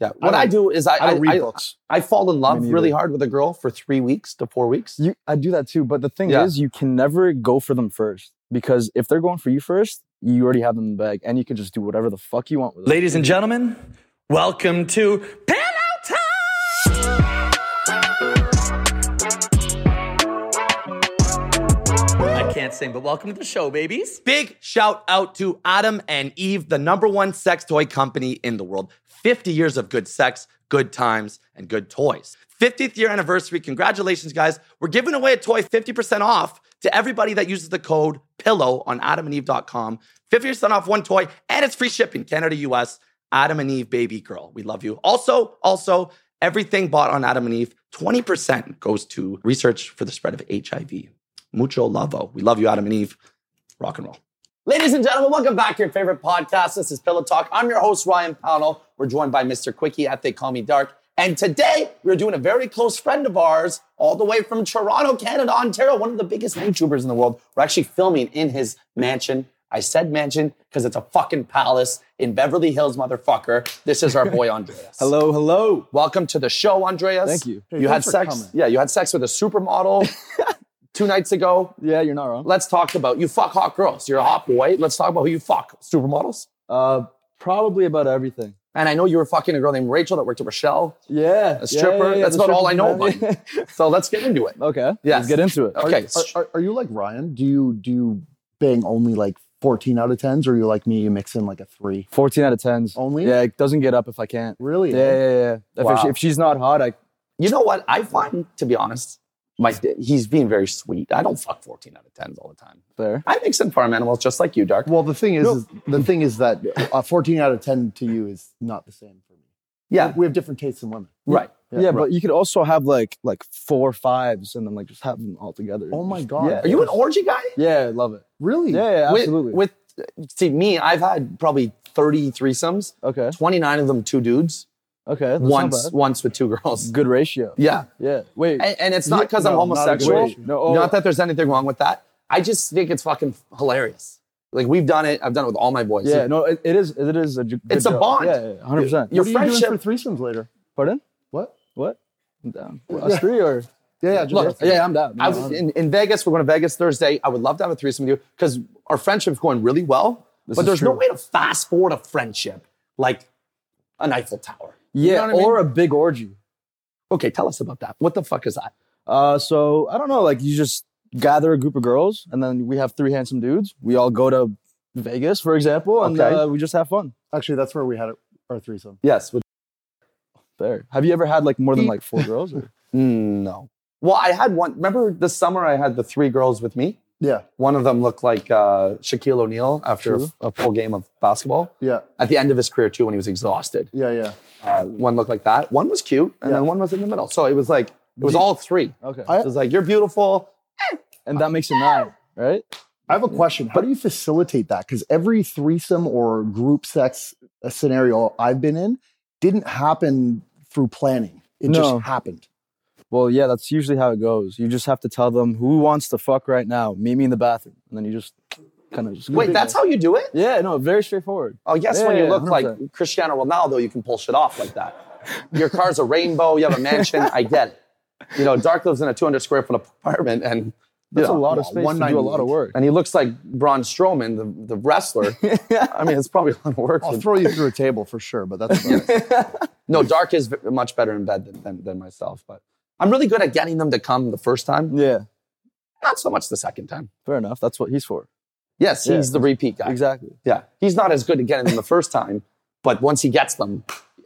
Yeah. What I, I do is I I don't I, read I, books. I fall in love Me neither. really hard with a girl for three weeks to four weeks. You, I do that too. But the thing Yeah. is, you can never go for them first because if they're going for you first, you already have them in the bag, and you can just do whatever the fuck you want with it. Ladies and gentlemen, welcome to Pillow Time. I can't sing, but welcome to the show, babies. Big shout out to Adam and Eve, the number one sex toy company in the world. 50 years of good sex, good times, and good toys. 50th year anniversary. Congratulations, guys. We're giving away a toy 50% off to everybody that uses the code PILLOW on adamandeve.com. 50% off one toy, and it's free shipping, Canada, US. Adam and Eve, baby girl. We love you. Also, also, everything bought on Adam and Eve, 20% goes to research for the spread of HIV. Mucho lavo. We love you, Adam and Eve. Rock and roll. Ladies and gentlemen, welcome back to your favorite podcast. This is Pillow Talk. I'm your host, Ryan Pownell. We're joined by Mr. Quickie at They Call Me Dark. And today, we're doing a very close friend of ours, all the way from Toronto, Canada, Ontario, one of the biggest YouTubers in the world. We're actually filming in his mansion. I said mansion because it's a fucking palace in Beverly Hills, motherfucker. This is our boy, Andreas. hello, hello. Welcome to the show, Andreas. Thank you. Hey, you had thanks for sex. coming. Yeah, you had sex with a supermodel two nights ago. Yeah, you're not wrong. Let's talk about you fuck hot girls. You're a hot boy. Let's talk about who you fuck. Supermodels. Uh, probably about everything. And I know you were fucking a girl named Rachel that worked at Rochelle. Yeah, A stripper? yeah, yeah, yeah, That's the about all I know stripper about man. So let's get into it. okay, Yes. let's get into it. Okay. Are, are, are you like Ryan? Do you do you bang only like 14 out of 10s or are you like me? You mix in like a three? 14 out of 10s. Only? Yeah, it doesn't get up if I can't. Really? Yeah, eh? yeah, yeah. If, Wow. she- if she's not hot, I You know what? I find, to be honest, my he's being very sweet. I don't fuck 14 out of 10s all the time. there. I make some farm animals just like you, Dark. Well, the thing is, No. is the thing is that uh, 14 out of 10 to you is not the same for me. Yeah. We have different tastes in women. Right. Yeah, but you could also have like like four fives and then like just have them all together. Oh my God. Yeah, Are you an orgy guy? yeah, I love it. really? Yeah, yeah With- absolutely. With, see me, I've had probably 30 threesomes. okay, 29 of them two dudes. okay, that's not once, bad. once with two girls. good ratio. Yeah. Yeah. Wait. And, and it's not because I'm no, not a good homosexual. ratio. No, oh. Not that there's anything wrong with that. I just think it's fucking hilarious. Like we've done it. I've done it with all my boys. yeah. No, it, it is. It is a. j- good It's a job. bond. Yeah, yeah, hundred percent. Your What are you friendship. doing for threesomes later? Pardon? What? What? I'm down. Us three or? Yeah, yeah. Just Look, Yeah, I'm down. I was in, in Vegas. We're going to Vegas Thursday. I would love to have a threesome with you because our friendship's going really well. but is there's no true. way to fast forward a friendship like an Eiffel Tower. yeah, know what I or a big orgy. Okay, tell us about that. What the fuck is that? Uh, so I don't know. Like you just gather a group of girls, and then we have three handsome dudes. We all go to Vegas, for example, and Okay. uh, we just have fun Actually, that's where we had it, our threesome. Yes. With, there. Have you ever had like more than like four girls? Or? Mm, no. Well, I had one. Remember this summer I had the three girls with me. Yeah. One of them looked like uh, Shaquille O'Neal after a, True. a full game of basketball. Yeah. At the end of his career too, when he was exhausted. Yeah. Yeah. Uh, one looked like that. One was cute, and then one was in the middle. So it was like it was all three. Okay. I- It was like you're beautiful. and that makes it nine, right? I have a question. How do you facilitate that? Because every threesome or group sex uh, scenario I've been in didn't happen through planning. It No. just happened. Well, yeah, that's usually how it goes. You just have to tell them who wants to fuck right now. Meet me in the bathroom, and then you just kind of just Wait, that's how you do it? yeah, no, very straightforward. Oh, yes. when Yeah, you yeah, look like 100%. Cristiano Ronaldo, you can pull shit off like that. Your car's a rainbow. You have a mansion. I get it. You know, Dark lives in a 200 square foot apartment, and That's you know, a lot of wow, space to do a lot of 198. work. And he looks like Braun Strowman, the, the wrestler. I mean, it's probably a lot of work. I'll for- throw you through a table for sure, but that's about it. No, Dark is v- much better in bed than, than, than myself, but I'm really good at getting them to come the first time, Yeah, not so much the second time. fair enough. That's what he's for. Yes, Yeah. he's the repeat guy. Exactly. Yeah, he's not as good at getting them the first time, but once he gets them,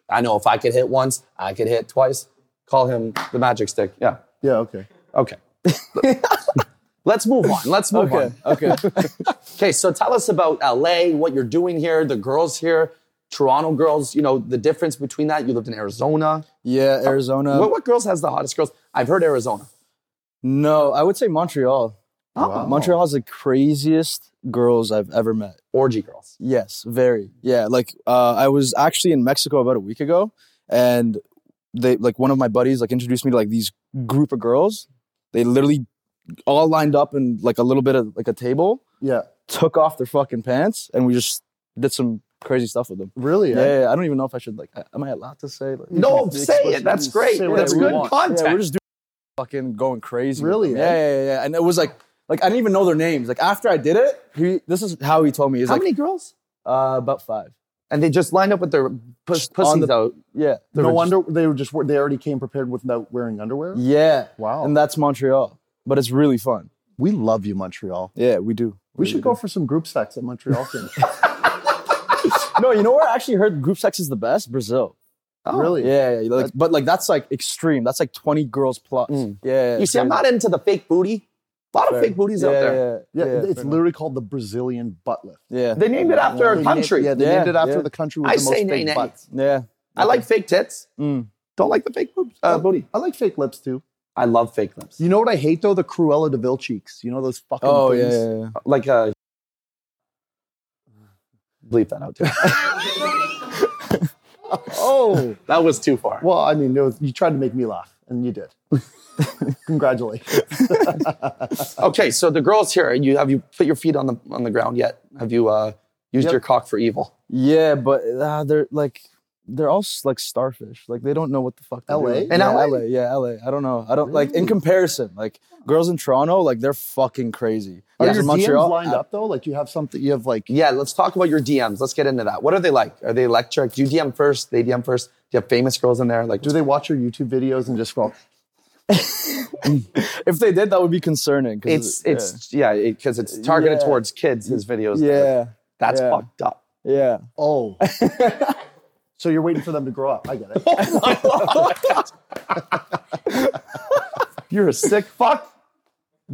I know if I could hit once, I could hit twice. Call him the magic stick. Yeah, Yeah, okay. okay. Let's move on. Let's move Okay. on. Okay. Okay, so tell us about LA, what you're doing here, the girls here, Toronto girls, you know, the difference between that. You lived in Arizona. yeah, Arizona. what, what girls has the hottest girls? I've heard Arizona. No, I would say Montreal. Wow. Montreal has the craziest girls I've ever met. Orgy girls. Yes, very. Yeah, like uh, I was actually in Mexico about a week ago, and they like one of my buddies like introduced me to like these group of girls. They literally all lined up in like a little bit of like a table, Yeah. took off their fucking pants, and we just did some crazy stuff with them. Really? Yeah, eh? yeah, I don't even know if I should like. Am I allowed to say? Like, No, the say it. explicit- That's great. Say whatever That's we good want. content. Yeah, we're just doing fucking going crazy. with Really, them. eh? Yeah, yeah, yeah. And it was like, like I didn't even know their names. Like after I did it, he this is how he told me. He's How like, many girls? uh, about five. And they just lined up with their pus- On pussies the- out. Yeah. No wonder they were just they already came prepared without wearing underwear. Yeah. Wow. And that's Montreal, but it's really fun. We love you, Montreal. Yeah, we do. We should go for some group sex at Montreal. soon. No, you know where I actually heard group sex is the best? Brazil. Really? Yeah, yeah, like, but like that's like extreme. That's like twenty girls plus. Yeah, You see, I'm not into the fake booty. A lot of fake booties yeah, out there. Yeah, Yeah, yeah, it's literally called the Brazilian butt lift. yeah, They named it after They a named- country. yeah, they Yeah, named it after yeah. the country with I the say most nay, fake nay. butts. yeah. I like fake tits. Mm. Don't like the fake boobs, uh, booty. I like fake lips too. I love fake lips. You know what I hate though? The Cruella de Vil cheeks. You know those fucking Oh yeah, things. yeah, yeah. Like a. Bleep that out. Too. Oh that was too far. well, I mean, it was, you tried to make me laugh, and you did. Congratulations. Okay, so the girls here, you have you put your feet on the on the ground yet? Have you uh, used Yep. your cock for evil? Yeah, but uh, they're like they're all s- like starfish. Like they don't know what the fuck. they're LA? doing. In yeah, LA? LA, yeah, LA. I don't know. I don't like in comparison. Like girls in Toronto, like they're fucking crazy. Are Girls your in DMs lined I- up though? Like you have something? You have like Yeah, let's talk about your DMs. Let's get into that. What are they like? Are they electric? Do you DM first? They DM first. Do you have famous girls in there? Like, Do they watch your YouTube videos and just scroll? If they did, that would be concerning. 'cause it's it- it's yeah, because it's targeted Yeah. towards kids. His videos. yeah, that's yeah. fucked up. yeah. Oh. so you're waiting for them to grow up. I get it. You're a sick fuck.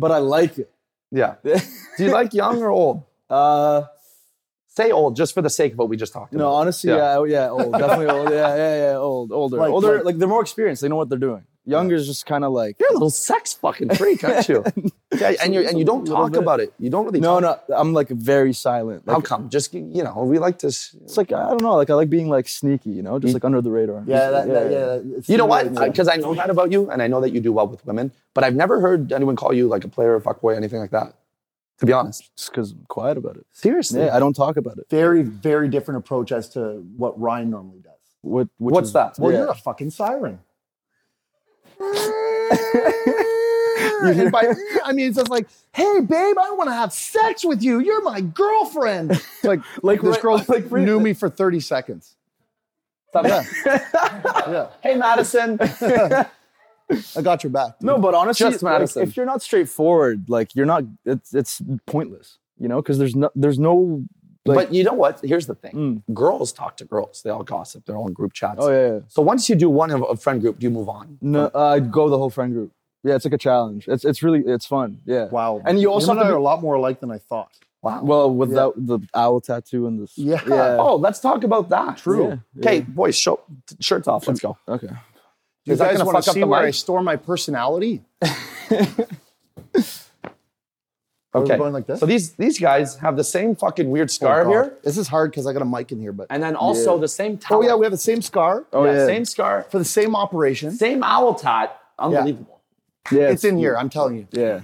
But I like it. Yeah. Do you like young or old? Uh, Say old, just for the sake of what we just talked no, about. honestly, Yeah. yeah, oh, yeah, old, definitely old, yeah, yeah, yeah, old, older, Like- older. like- Like, they're more experienced. They know what they're doing. Younger is just kind of like You're a little sex fucking freak, aren't you? yeah, and you and you don't Little talk bit. about it. You don't really. no, talk. no. I'm like very silent. Like, How come? Just you know, we like to. s- It's like I don't know. Like I like being like sneaky, you know, just like under the radar. Mm. Yeah, that, Just- that, yeah. that- it's You know really what? nice. Because I know that about you, and I know that you do well with women, but I've never heard anyone call you like a player, a fuckboy, anything like that. To be honest, Just because I'm quiet about it. seriously, Yeah, I don't talk about it. very, very different approach as to what Ryan normally does. What, which What's is- that? Well, yeah. you're a fucking siren. hear- and by, I mean, it's just like, hey, babe, I want to have sex with you. You're my girlfriend. It's like, like this right- girl like, really- knew me for 30 seconds. Yeah, hey Madison, I got your back. no, but honestly, Just like, Madison. if you're not straightforward, like you're not, it's it's pointless, you know, because there's no there's no. Like, but you know what? Here's the thing: Mm. girls talk to girls. They all gossip. They're all in group chats. oh yeah, yeah. So once you do one of a friend group, do you move on? no, uh, I'd go the whole friend group. Yeah, it's like a challenge. It's it's really it's fun. Yeah. Wow. And you also Him have and I to are be- a lot more alike than I thought. Wow. Well, without the owl tattoo and this. Yeah. oh, let's talk about that. True. Okay, boys, show, shirts off. Let's go. Okay. You Is that guys gonna want fuck to up see the where I mic? store my personality? we Okay. going like this? Oh, So these these guys have the same fucking Oh, weird scar God. here, This is hard because I got a mic in here, but and then also the same. oh Towel. yeah, we have the same scar Oh yeah. Same scar, for the same operation. same owl tot. Unbelievable. Yeah, It's in here. I'm telling you. Yeah.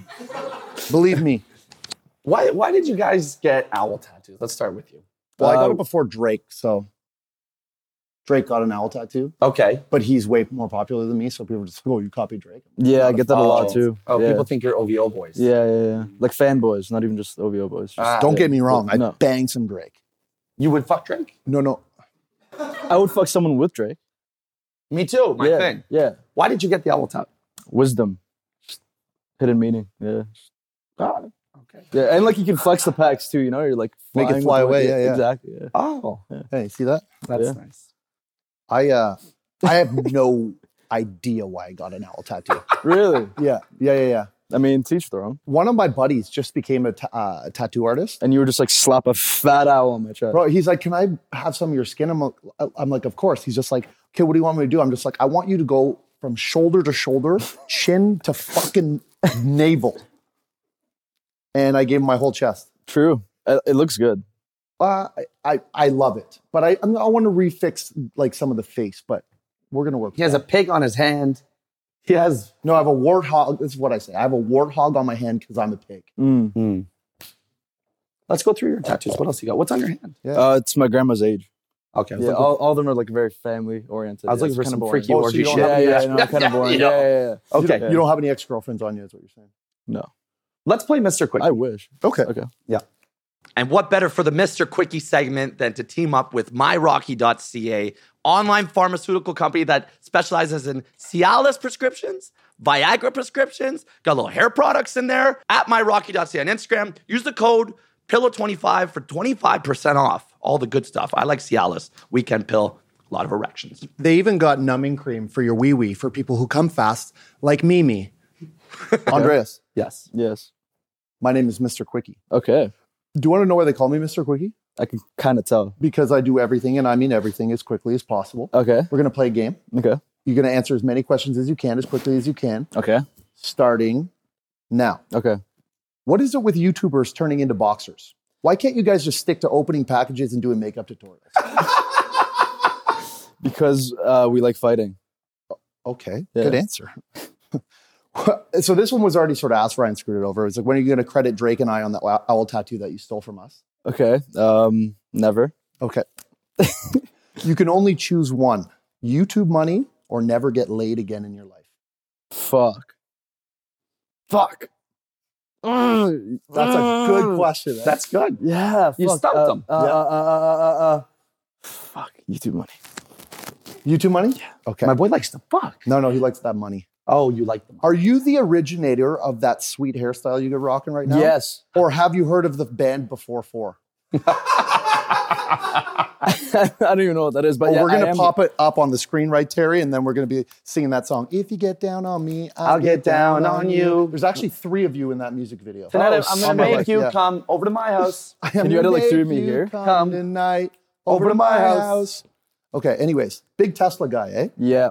Believe me. Why, why did you guys get owl tattoos? Let's start with you. Well, I got Uh, it before Drake, so Drake got an owl tattoo, Okay. but he's way more popular than me. So people just go, "You copy Drake." Yeah, I get that a lot Oh. too. Oh, yeah. people think you're OVO boys. Yeah, yeah, yeah. Like fanboys, not even just OVO boys. Just, Ah. Don't get me wrong. I No. banged some Drake. You would fuck Drake? No, no. I would fuck someone with Drake. Me too. My yeah, thing. yeah. Why did you get the owl tot? Wisdom, hidden meaning. Yeah, Oh, okay. yeah. And like you can flex the packs too. You know, you're like Make it flying with fly the- away, yeah, yeah. exactly. Yeah. Oh, Hey, see that? that's Yeah. nice. I uh, I have no idea why I got an owl tattoo. Really? Yeah, yeah, yeah, yeah. I mean, teach their own. One of my buddies just became a, ta- uh, a tattoo artist. And you were just like slap a fat owl on my chest. Bro, he's like, "Can I have some of your skin?" I'm like, I'm like, "Of course." He's just like, "Okay, what do you want me to do?" I'm just like, "I want you to go from shoulder to shoulder, chin to fucking navel." And I gave him my whole chest. True. It, it looks good. Uh, I, I I love it, but I I'm- I want to refix like some of the face, but we're gonna work. He has a pig on his hand. He has. No, I have a Mm. warthog. This is what I say. I have a warthog on my hand because I'm a pig. Let's go through your tattoos. What else you got? What's on your hand? Uh, it's my grandma's age. Okay. I was Yeah, looking- all, all of them are like very family oriented. I was Yeah, looking it's for kinda some boring. freaky Oh, so orgy you don't shit. have Yeah, any yeah, ex- yeah, no, kind of boring. Yeah. Yeah, yeah, yeah. Okay. You don't have any ex girlfriends on you, is what you're saying. Let's play Mr. Quick. I wish. Okay. And what better for the Mr. Quickie segment than to team up with myrocky.ca, online pharmaceutical company that specializes in Cialis prescriptions, Viagra prescriptions, got little hair products in there. At myrocky.ca on Instagram, use the code pillow25 for 25% off. All the good stuff. I like Cialis, weekend pill, a lot of erections. They even got numbing cream for your wee wee for people who come fast, like Mimi. Andreas, Yes. Yes. my name is Mr. Quickie. Okay. Do you want to know why they call me Mr. Quickie? I can kind of tell. Because I do everything, and I mean everything, as quickly as possible. Okay. We're going to play a game. Okay. You're going to answer as many questions as you can, as quickly as you can, Okay. starting now. Okay. What is it with YouTubers turning into boxers? Why can't you guys just stick to opening packages and doing makeup tutorials? Because uh, we like fighting. Okay, Yeah. good answer. so this one was already sort of asked. Ryan screwed it over. It's like, when are you going to credit Drake and I on that ow- owl tattoo that you stole from us? Okay. Um, never. Okay. you can only choose one: YouTube money or never get laid again in your life. Fuck. Fuck. Mm, That's a good mm. question. eh? That's good. Yeah. You fuck. stumped uh, him. Uh, uh, Yeah. uh, uh, uh, uh, fuck. YouTube money. YouTube money. Yeah. Okay. My boy likes to fuck. no, no, he likes that money. Oh, you like them. Are you the originator of that sweet hairstyle you're rocking right now? Yes. Or have you heard of the band Before Four? I don't even know what that is, but Oh, yeah, we're I gonna am- pop it up on the screen, right, Terry? And then we're gonna be singing that song. If you get down on me, I'll, I'll get down on you. There's actually three of you in that music video. Tonight, Oh, I'm- I'm going summer to make like- you yeah. come over to my house. Can you edit, like, three of me here? Come, Come tonight over, to my house. Okay. Anyways, big Tesla guy, eh? Yeah.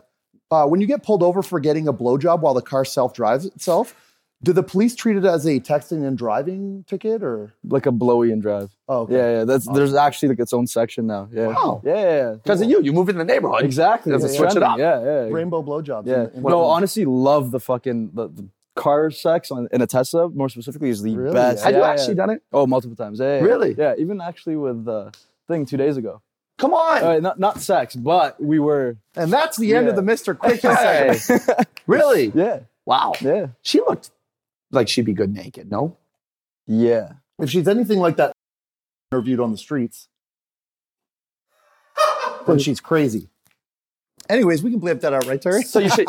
Uh, when you get pulled over for getting a blowjob while the car self drives itself, do the police treat it as a texting and driving ticket or? Like a blowy and drive. Oh, okay. Yeah, yeah. That's there's actually like its own section now. Yeah. Wow. Yeah, yeah. Because of you. You move in the neighborhood. Exactly. Doesn't It's switch it trending. up. Yeah, yeah. Rainbow blowjobs. Yeah. in- in- no, honestly, love the fucking the, the car sex on, in a Tesla. More specifically, is the Really? best. Have yeah, you yeah. actually done it? Oh, multiple times. Yeah, yeah, yeah. Really? Yeah. Even actually with the thing two days ago. Come on. All right, not not sex, but we were. And that's the end of the Mr. Quick. Hey. really? Yeah. Wow. Yeah. She looked like she'd be good naked, no? Yeah. If she's anything like that interviewed on the streets, then she's crazy. Anyways, we can blip that out, right, Terry? So you should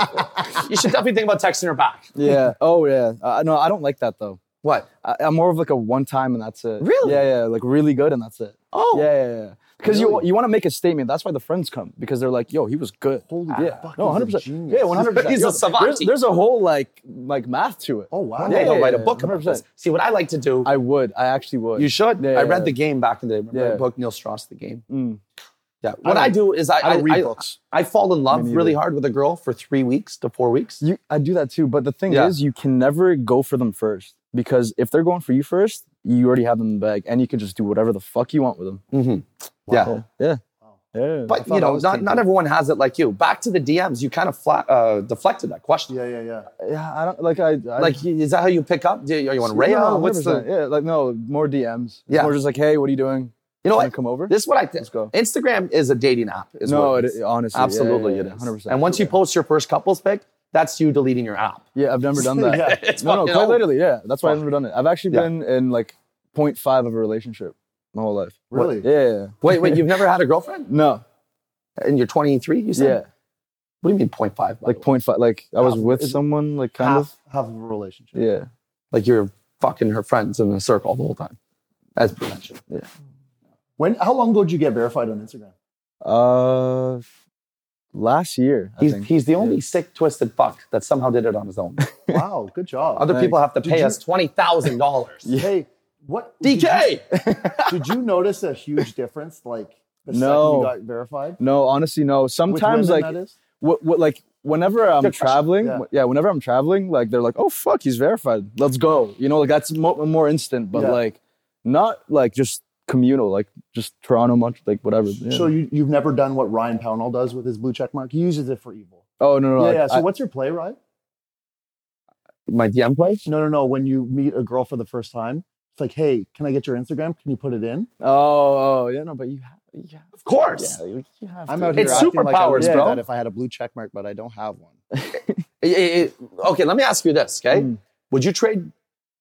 you should definitely think about texting her back. Yeah. Oh, yeah. Uh, no, I don't like that though. What? I, I'm more of like a one time and that's it. Really? Yeah, yeah. Like really good and that's it. Oh. Yeah, yeah, yeah. Because you you want to make a statement. That's why the friends come because they're like, yo, he was good. Holy yeah. no, fuck, he's a 100. percent genius. Yeah, 100. percent He's a savant. There's, there's a whole like like math to it. Oh, wow. Yeah, Yeah, yeah, yeah, write a yeah, book about 100%. this. See what I like to do. I would. I actually would. you should. Yeah, I yeah, read yeah. the game back in the day. Remember Yeah. the book Neil Strauss, the game. Mm. Yeah. What I, don't- do is I I don't read I, books. I fall in love really hard with a girl for three weeks to four weeks. You, I do that too. But the thing Yeah. is, you can never go for them first because if they're going for you first, you already have them in the bag, and you can just do whatever the fuck you want with them. Yeah. Yeah. Yeah. Mm. But you know, not, not everyone has it like you. Back to the DMs, you kind of flat, uh, deflected that question. Yeah, yeah, yeah. yeah, I don't like. I, I Like, is that how you pick up? Do you, are you on Rayo? What's the? yeah? Like no more DMs. Yeah. Yeah, more just like hey, what are you doing? You know Wanna what? come over? This is what I think. Let's go. Instagram is a dating app. Is no, what it, is. honestly, yeah, Absolutely, yeah, it is. hundred percent. And once you post your first couples pic, that's you deleting your app. yeah, I've never done that. Yeah. It's no, no, fucking quite old. literally, yeah. That's why I've never done it. I've actually Yeah. been in like 0.5 of a relationship my whole life. Really? Yeah, yeah, yeah. Wait, wait, you've never had a girlfriend? No, And you're 23, you said? yeah, What do you mean 0.5? By like, like 0.5. Like I was Half- with is it someone, like kind of. Half, half of a relationship. Yeah, like you're fucking her friends in a circle the whole time. As prevention. When? How long ago did you get verified on Instagram? uh, last year I He's, think. he's the only sick, twisted fuck that somehow did it on his own. Wow, good job. Other people have to pay us $20,000. Hey, what? Did you, DK! did you notice a huge difference? Like the No. second you got verified. No, honestly, no. With Sometimes women, like that is? what, what like whenever I'm traveling, Yeah. yeah. whenever I'm traveling, like they're like, oh fuck, he's verified. Let's go. You know, like that's mo- more instant, but Yeah. like not like just communal, like just Toronto, Mont- like whatever. Yeah. So you, you've never done what Ryan Pownall does with his blue check mark. He uses it for evil. oh no, no, no. Yeah, like, yeah. So I- what's your play, Ryan? My DM play? No, no, no. When you meet a girl for the first time, It's like, hey, can I get your Instagram? Can you put it in? Oh, oh, yeah, no, but you have, yeah, Of course. you, you have. I'm to. out here It's acting like I superpowers, would do bro. that if I had a blue check mark, but I don't have one. It- it- it- okay, let me ask you this, okay? Mm. Would you trade?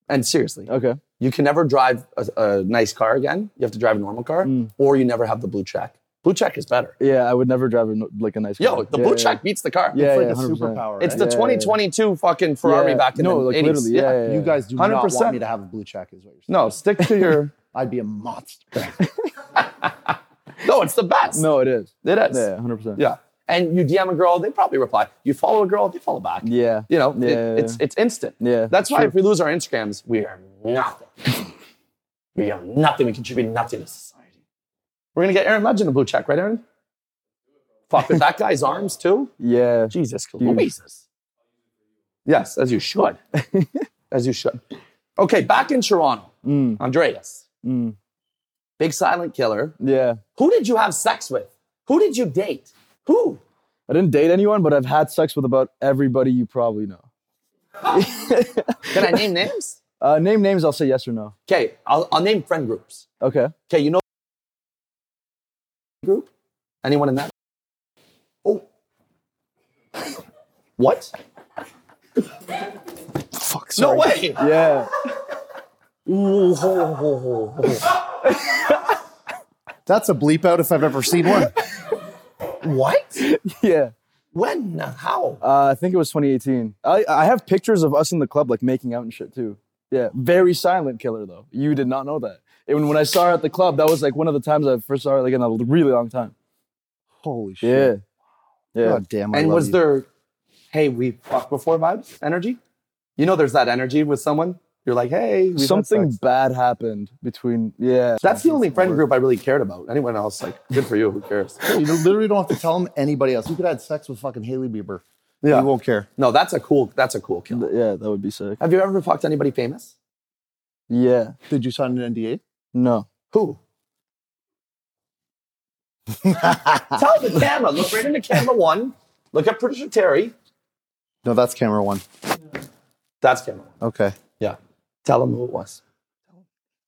And seriously, Okay. you can never drive a, a nice car again. You have to drive a normal car, Mm. or you never have the blue check. Blue check is better. Yeah, I would never drive a, no- like a nice. Yo, car. the Yeah, blue yeah, check beats the car. Yeah, it's like yeah, a 100%. superpower. It's right? the Yeah, yeah, yeah. 2022 fucking Ferrari Yeah. back in no, the like 80s. literally, yeah, yeah, You yeah. guys do not 100%. want me to have a blue check, is what you're saying. No, stick to your. I'd be a monster. no, it's the best. No, it is. it is. Yeah, hundred percent. Yeah. And you DM a girl, they probably reply. You follow a girl, they follow back. Yeah. You know, it- Yeah, yeah, it's it's instant. Yeah, That's why sure. if we lose our Instagrams, we are nothing. we are nothing. We contribute nothing to society. We're gonna get Aaron Legend a blue check, right, Aaron? Fuck with that guy's arms too. Yeah. Jesus Louises. Yes, as you should. as you should. Okay, back in Toronto, Mm, Andreas, mm, big silent killer. yeah. Who did you have sex with? Who did you date? Who? I didn't date anyone, but I've had sex with about everybody you probably know. Can I name names? Uh, name names. I'll say yes or no. Okay, I'll, I'll name friend groups. Okay. Okay, you know group? Anyone in that? Oh. What? Fuck. No way. Yeah. That's a bleep out if I've ever seen one. What? Yeah. When? How? Uh, I think it was 2018. I, I have pictures of us in the club, like making out and shit too. Yeah, very silent killer though. You did not know that. And when I saw her at the club, that was like one of the times I first saw her like in a really long time. Holy shit. Yeah, yeah. God damn, I and love was you. there, hey, we fucked before vibes? Energy? You know, there's that energy with someone. You're like, hey, we've had Something sex. bad happened between. Yeah, That's the only friend group I really cared about. Anyone else, like, good for you. Who cares? You don't- literally don't have to tell them anybody else. You could have had sex with fucking Haley Bieber. Yeah. You won't care. No, that's a cool. That's a cool kill. yeah, that would be sick. Have you ever fucked anybody famous? Yeah, Did you sign an NDA? no. Who? Tell the camera. Look right into camera one. Look at producer Terry. No, that's camera one. That's camera one. Okay. Yeah. Tell him who it was.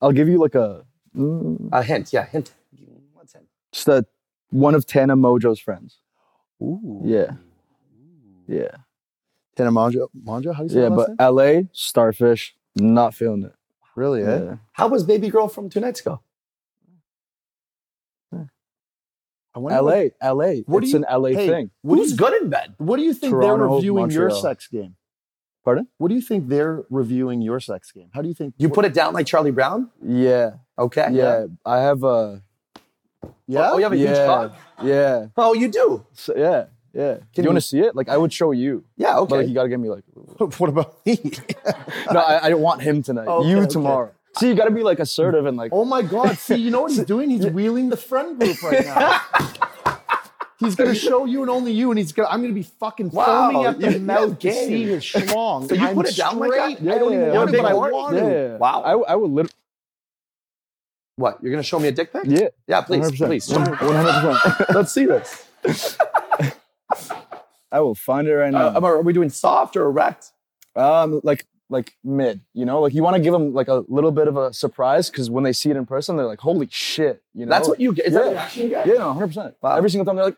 I'll give you like a A hint. Yeah, hint. What's hint? just a one of Tana Mojo's friends. Ooh. Yeah, yeah, Tana Manja, Manja, how do you say yeah. that last But name? LA starfish, not feeling it. really, eh? Yeah. How was baby girl from two nights ago? I wonder LA, LA. What, What do it's you- an LA hey, thing. what do Who's you- good in bed? what do you think they're Toronto, reviewing your Montreal. sex game? Pardon? What do you think they're reviewing your sex game? How do you think You what- put it down like Charlie Brown. Yeah, Okay. yeah. I have a Yeah. Oh, you have a huge yeah, cock. yeah, Oh, you do. so, yeah, yeah. Do you you- want to see it? Like, I would show you, Yeah. but like, Okay. you gotta get me like. what about me? No, I, I don't want him tonight. Oh, Okay, you okay. tomorrow. See, you gotta be like assertive and like. oh my God. See, you know what he's doing? He's wheeling the friend group right now. He's gonna show you and only you, and he's gonna. I'm gonna be fucking Wow, foaming at you- the you mouth to have game. see his schlong. So you I'm put it down like that? straight. I don't even Yeah, want it, yeah, but I yeah. want yeah, to. yeah. Wow. I, I would literally. what? You're gonna show me a dick pic? Yeah. Yeah. Please. 100%. Please. One hundred percent. Let's see this. I will find it right now. Uh, am I- are we doing soft or erect? Um, like like mid, you know, like you want to give them like a little bit of a surprise because when they see it in person, they're like, "Holy shit!" You know, That's what you get. Is that Yeah. the reaction you get? Yeah, no, hundred percent. Every single time they're like,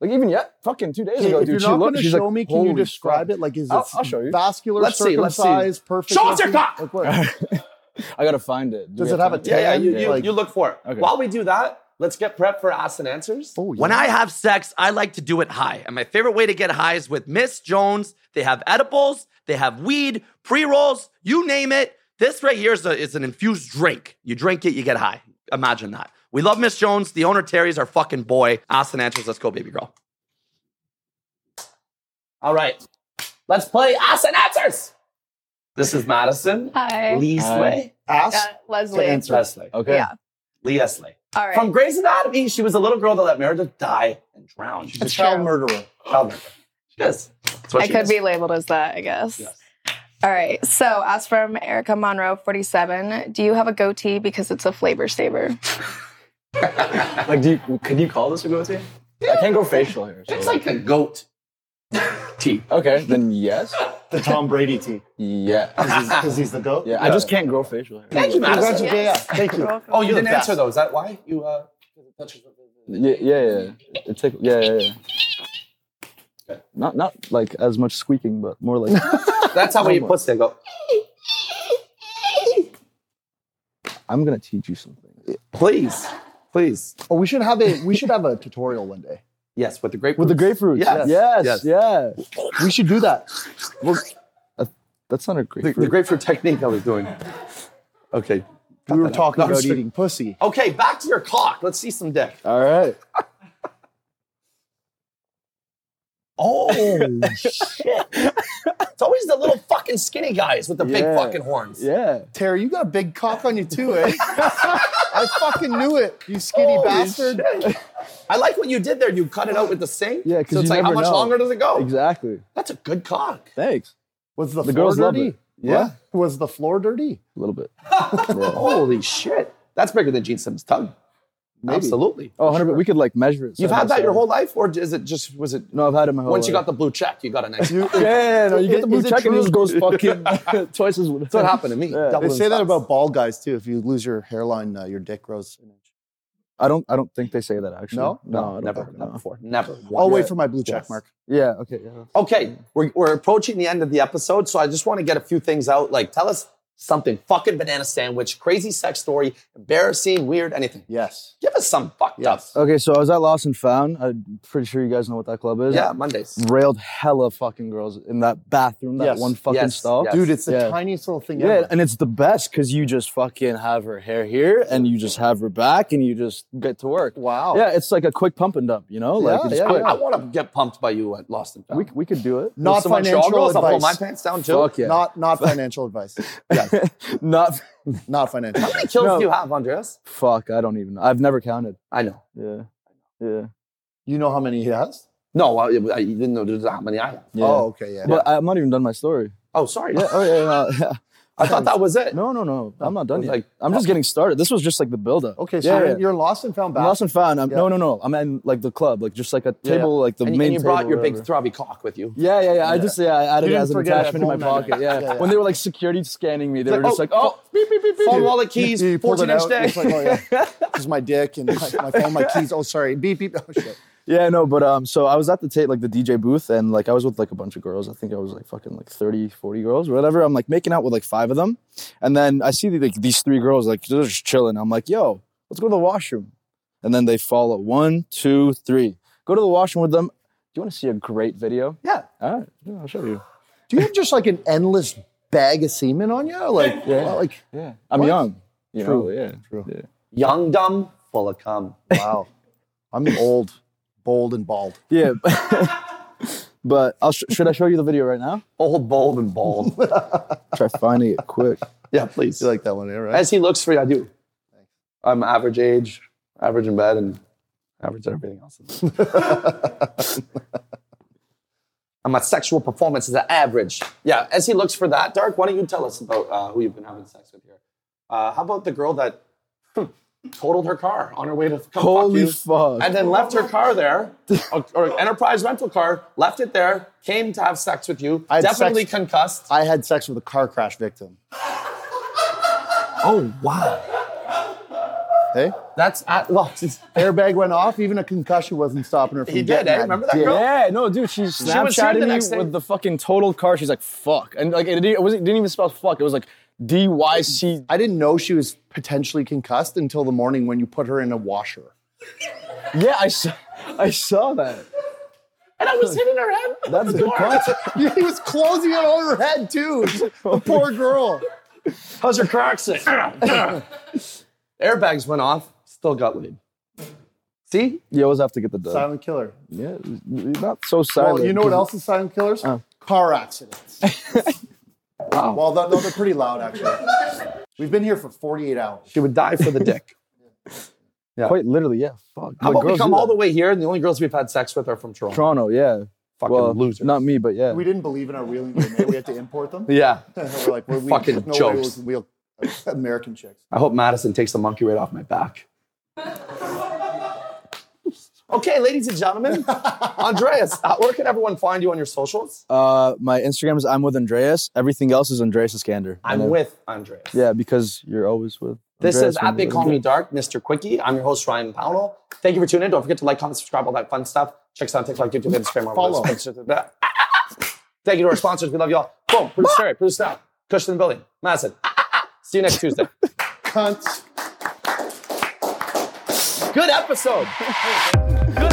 like even yet, fucking two days Okay, ago, if dude. you're she not looked. gonna she's show like, me, can you "Holy describe fuck." it? Like, is I'll- it I'll show you. vascular, Let's see, let's see. circumcised, perfect? Show us your looking? cock! Like what? I gotta find it. Do Does we it have a time? tail? Yeah, yeah. You, Yeah. you, Like- you look for it. Okay. While we do that, let's get prep for ask and answers. Oh, When yeah. I have sex, I like to do it high. And my favorite way to get high is with Miss Jones. They have edibles, they have weed, pre rolls, you name it. This right here is, a, is an infused drink. You drink it, you get high. Imagine that. We love Miss Jones. The owner, Terry's our fucking boy. Ask and answers. Let's go, baby girl. All right. Let's play ask and answers. This is Madison. Hi. Lee Slay. Ask Uh, Leslie. to answer. Leslie. Okay. Yeah. Lee Slay. All right. From Grey's Anatomy, she was a little girl that let Meredith die and drown. She's a That's child true. murderer. Child murderer. She is. That's what I she could is. be labeled as that, I guess. Yes. All right. So, as from Erica Monroe, 47, do you have a goatee because it's a flavor saver? Like, do you, can you call this a goatee? I can't go facial hair. so- It's like a goat. Tea. okay, then yes. The Tom Brady team. Yeah. Because he's the GOAT? Yeah. I just can't grow facial hair. Thank you, Madison. Yeah, yeah, thank you. Oh, you didn't best. answer though. Is that why you? Uh, Yeah, yeah, yeah. It tick- yeah, yeah, yeah. Not not like as much squeaking, but more like that's how he puts it. Go. I'm gonna teach you something. Please, please. Oh, we should have a we should have a tutorial one day. Yes, with the grapefruit. With the grapefruits. Yes. Yes. Yeah. We should do that. That's not a the, grapefruit. the grapefruit technique I was doing. Okay. We were talking No, I'm about just- eating pussy. Okay, back to your cock. Let's see some dick. All right. Oh shit! It's always the little fucking skinny guys with the big Yeah. fucking horns. Yeah. Terry, you got a big cock on you too, eh? I fucking knew it, you skinny Holy bastard. shit. I like what you did there. You cut it out with the sink. Yeah, 'cause so it's you like how never much know. longer does it go? Exactly. That's a good cock. Thanks. Was the, The floor girls love dirty? it. Yeah. What? Was the floor dirty? A little bit. Holy shit! That's bigger than Gene Simmons' tongue. Absolutely. Oh, 100 We could like measure it. You've side had by that your side. whole life, or is it just was it? No, I've had it my whole. Once you life. got the blue check, you got a nice. That's Yeah, yeah, yeah, no, you get Is- the blue is it check and it just true? goes fucking twice as. That's what happened to me. Yeah. Double They in say that size. about bald guys too. If you lose your hairline, uh, your dick grows an inch. I don't. I don't think they say that actually. No? Oh, no, I don't never think- heard no. that before. Never. I'll Once. wait for my blue check mark. Yeah. Okay. Yeah. Okay, we're, we're approaching the end of the episode, so I just want to get a few things out. Like, tell us something fucking banana sandwich, crazy sex story, embarrassing, weird, anything. Yes. Give us some fucked Yes. up. Okay. So I was at Lost and Found. I'm pretty sure you guys know what that club is. Yeah, Mondays. Railed hella fucking girls in that bathroom, that Yes, one fucking yes, stall. yes. Dude, it's the Yeah. tiniest little thing Yeah, ever. and it's the best because you just fucking have her hair here and you just have her back and you just get to work. Wow. Yeah, it's like a quick pump and dump, you know? Like Yeah, it's yeah, quick. I want to get pumped by you at Lost and Found. We, we could do it. Not Some Montreal financial girls, I'll pull my advice. pants down too. Fuck yeah. Not not financial advice. Not Not financial. How many kills No. do you have, Andreas? fuck, I don't even know. I've never counted. I know. Yeah. Yeah. You know how many he has? No, I, I you didn't know there's how many I have. yeah. Oh, okay, yeah. But I, I'm not even done my story. Oh, sorry. Yeah, oh yeah, yeah, I thought that was it. no, no, no. I'm not I done was yet. like- I'm just getting started. This was just like the buildup. okay, so yeah, you're, yeah. you're lost and found back. I'm lost and found. I'm, Yeah. No, no, no. I'm in like the club, like just like a Yeah, yeah. table, like the And, main. and you brought table, your whatever. big throbby cock with you. Yeah, yeah, yeah. I just yeah, I added You it didn't as an forget it at attachment in my home, pocket. man. Yeah. Yeah, yeah. when they were like security scanning me, they were just like, oh, beep, beep, beep, beep. Phone wallet keys, You pulled 14 it inch out. It's dick. like, oh, yeah. This is my dick and my, my phone, my keys. Oh, sorry. Beep, beep. Oh, shit. yeah, no. But um, so I was at the tape, like the DJ booth, and like I was with like a bunch of girls. I think I was like fucking like 30, 40 girls, or whatever. I'm like making out with like five of them, and then I see the, like these three girls like they're just chilling. I'm like, yo, let's go to the washroom, and then they follow one, two, three. Go to the washroom with them. Do you want to see a great video? Ah, Yeah. All right, yeah, I'll show you. Do you have just like an endless bag of semen on you? Like, Yeah. well, like Yeah, I'm What? young. You True, know, yeah. true. yeah. Young, dumb, full of cum. wow. I'm old, bold, and bald. Yeah. but I'll sh- should I show you the video right now? Old, bold, and bald. Try finding it quick. yeah, please. You like that one, eh, right? As he looks for you, I do. I'm average age, average in bed, and average at everything else. And my sexual performance is an average. Yeah, as he looks for that, Dark, why don't you tell us about uh, who you've been having sex with here? Uh, how about the girl that hmm, totaled her car on her way to come Holy fuck, you, fuck. and then left her car there, or, or enterprise rental car, left it there, came to have sex with you, had definitely sex- concussed. I had sex with a car crash victim. oh wow, Hey, that's at, well, airbag went off. Even a concussion wasn't stopping her from He did, getting eh? that Remember that dick. girl? Yeah, no, dude, she was here the Snapchatted me next day. with the fucking total car. She's like, fuck. And like, it didn't, it wasn't, didn't even spell fuck. It was like D Y C. I didn't know she was potentially concussed until the morning when you put her in a washer. Yeah, I saw, I saw that. and I was hitting her head. That's good content. he was closing it on her head too. The poor girl. How's your car accident? Airbags went off, still got laid. See? You always have to get the dub. Silent killer. Yeah, not so silent. Well, you know what else is silent killers? Oh. Car accidents. Well, though, no, they're pretty loud actually. We've been here for 48 hours. She would die for the dick. Quite literally, yeah. Fuck. But How about we girls come do all that. the way here, and the only girls we've had sex with are from Toronto. Toronto, yeah. Fucking Well, losers. not me, but yeah. We didn't believe in our wheeling game. eh? We had to import them. Yeah. We're like, well, we, Fucking no way jokes. we'll wheel American chicks. I hope Madison takes the monkey right off my back. Okay, ladies and gentlemen, Andreas, uh, where can everyone find you on your socials? Uh, my Instagram is I'm with Andreas. Everything else is Andreas Iskander. I'm And, uh, with Andreas. Yeah, because you're always with. This Andreas is at when They you're- Call Me Dark, Mr. Quickie. I'm your host, Ryan Powell. Thank you for tuning in. Don't forget to like, comment, subscribe, all that fun stuff. Check us out on TikTok, YouTube, Instagram, all Follow. those places. Thank you to our sponsors. We love y'all. Boom. Produce Terry, produce now. Cushion in the building. Madison. See you next Tuesday. Cunts. Good episode. Good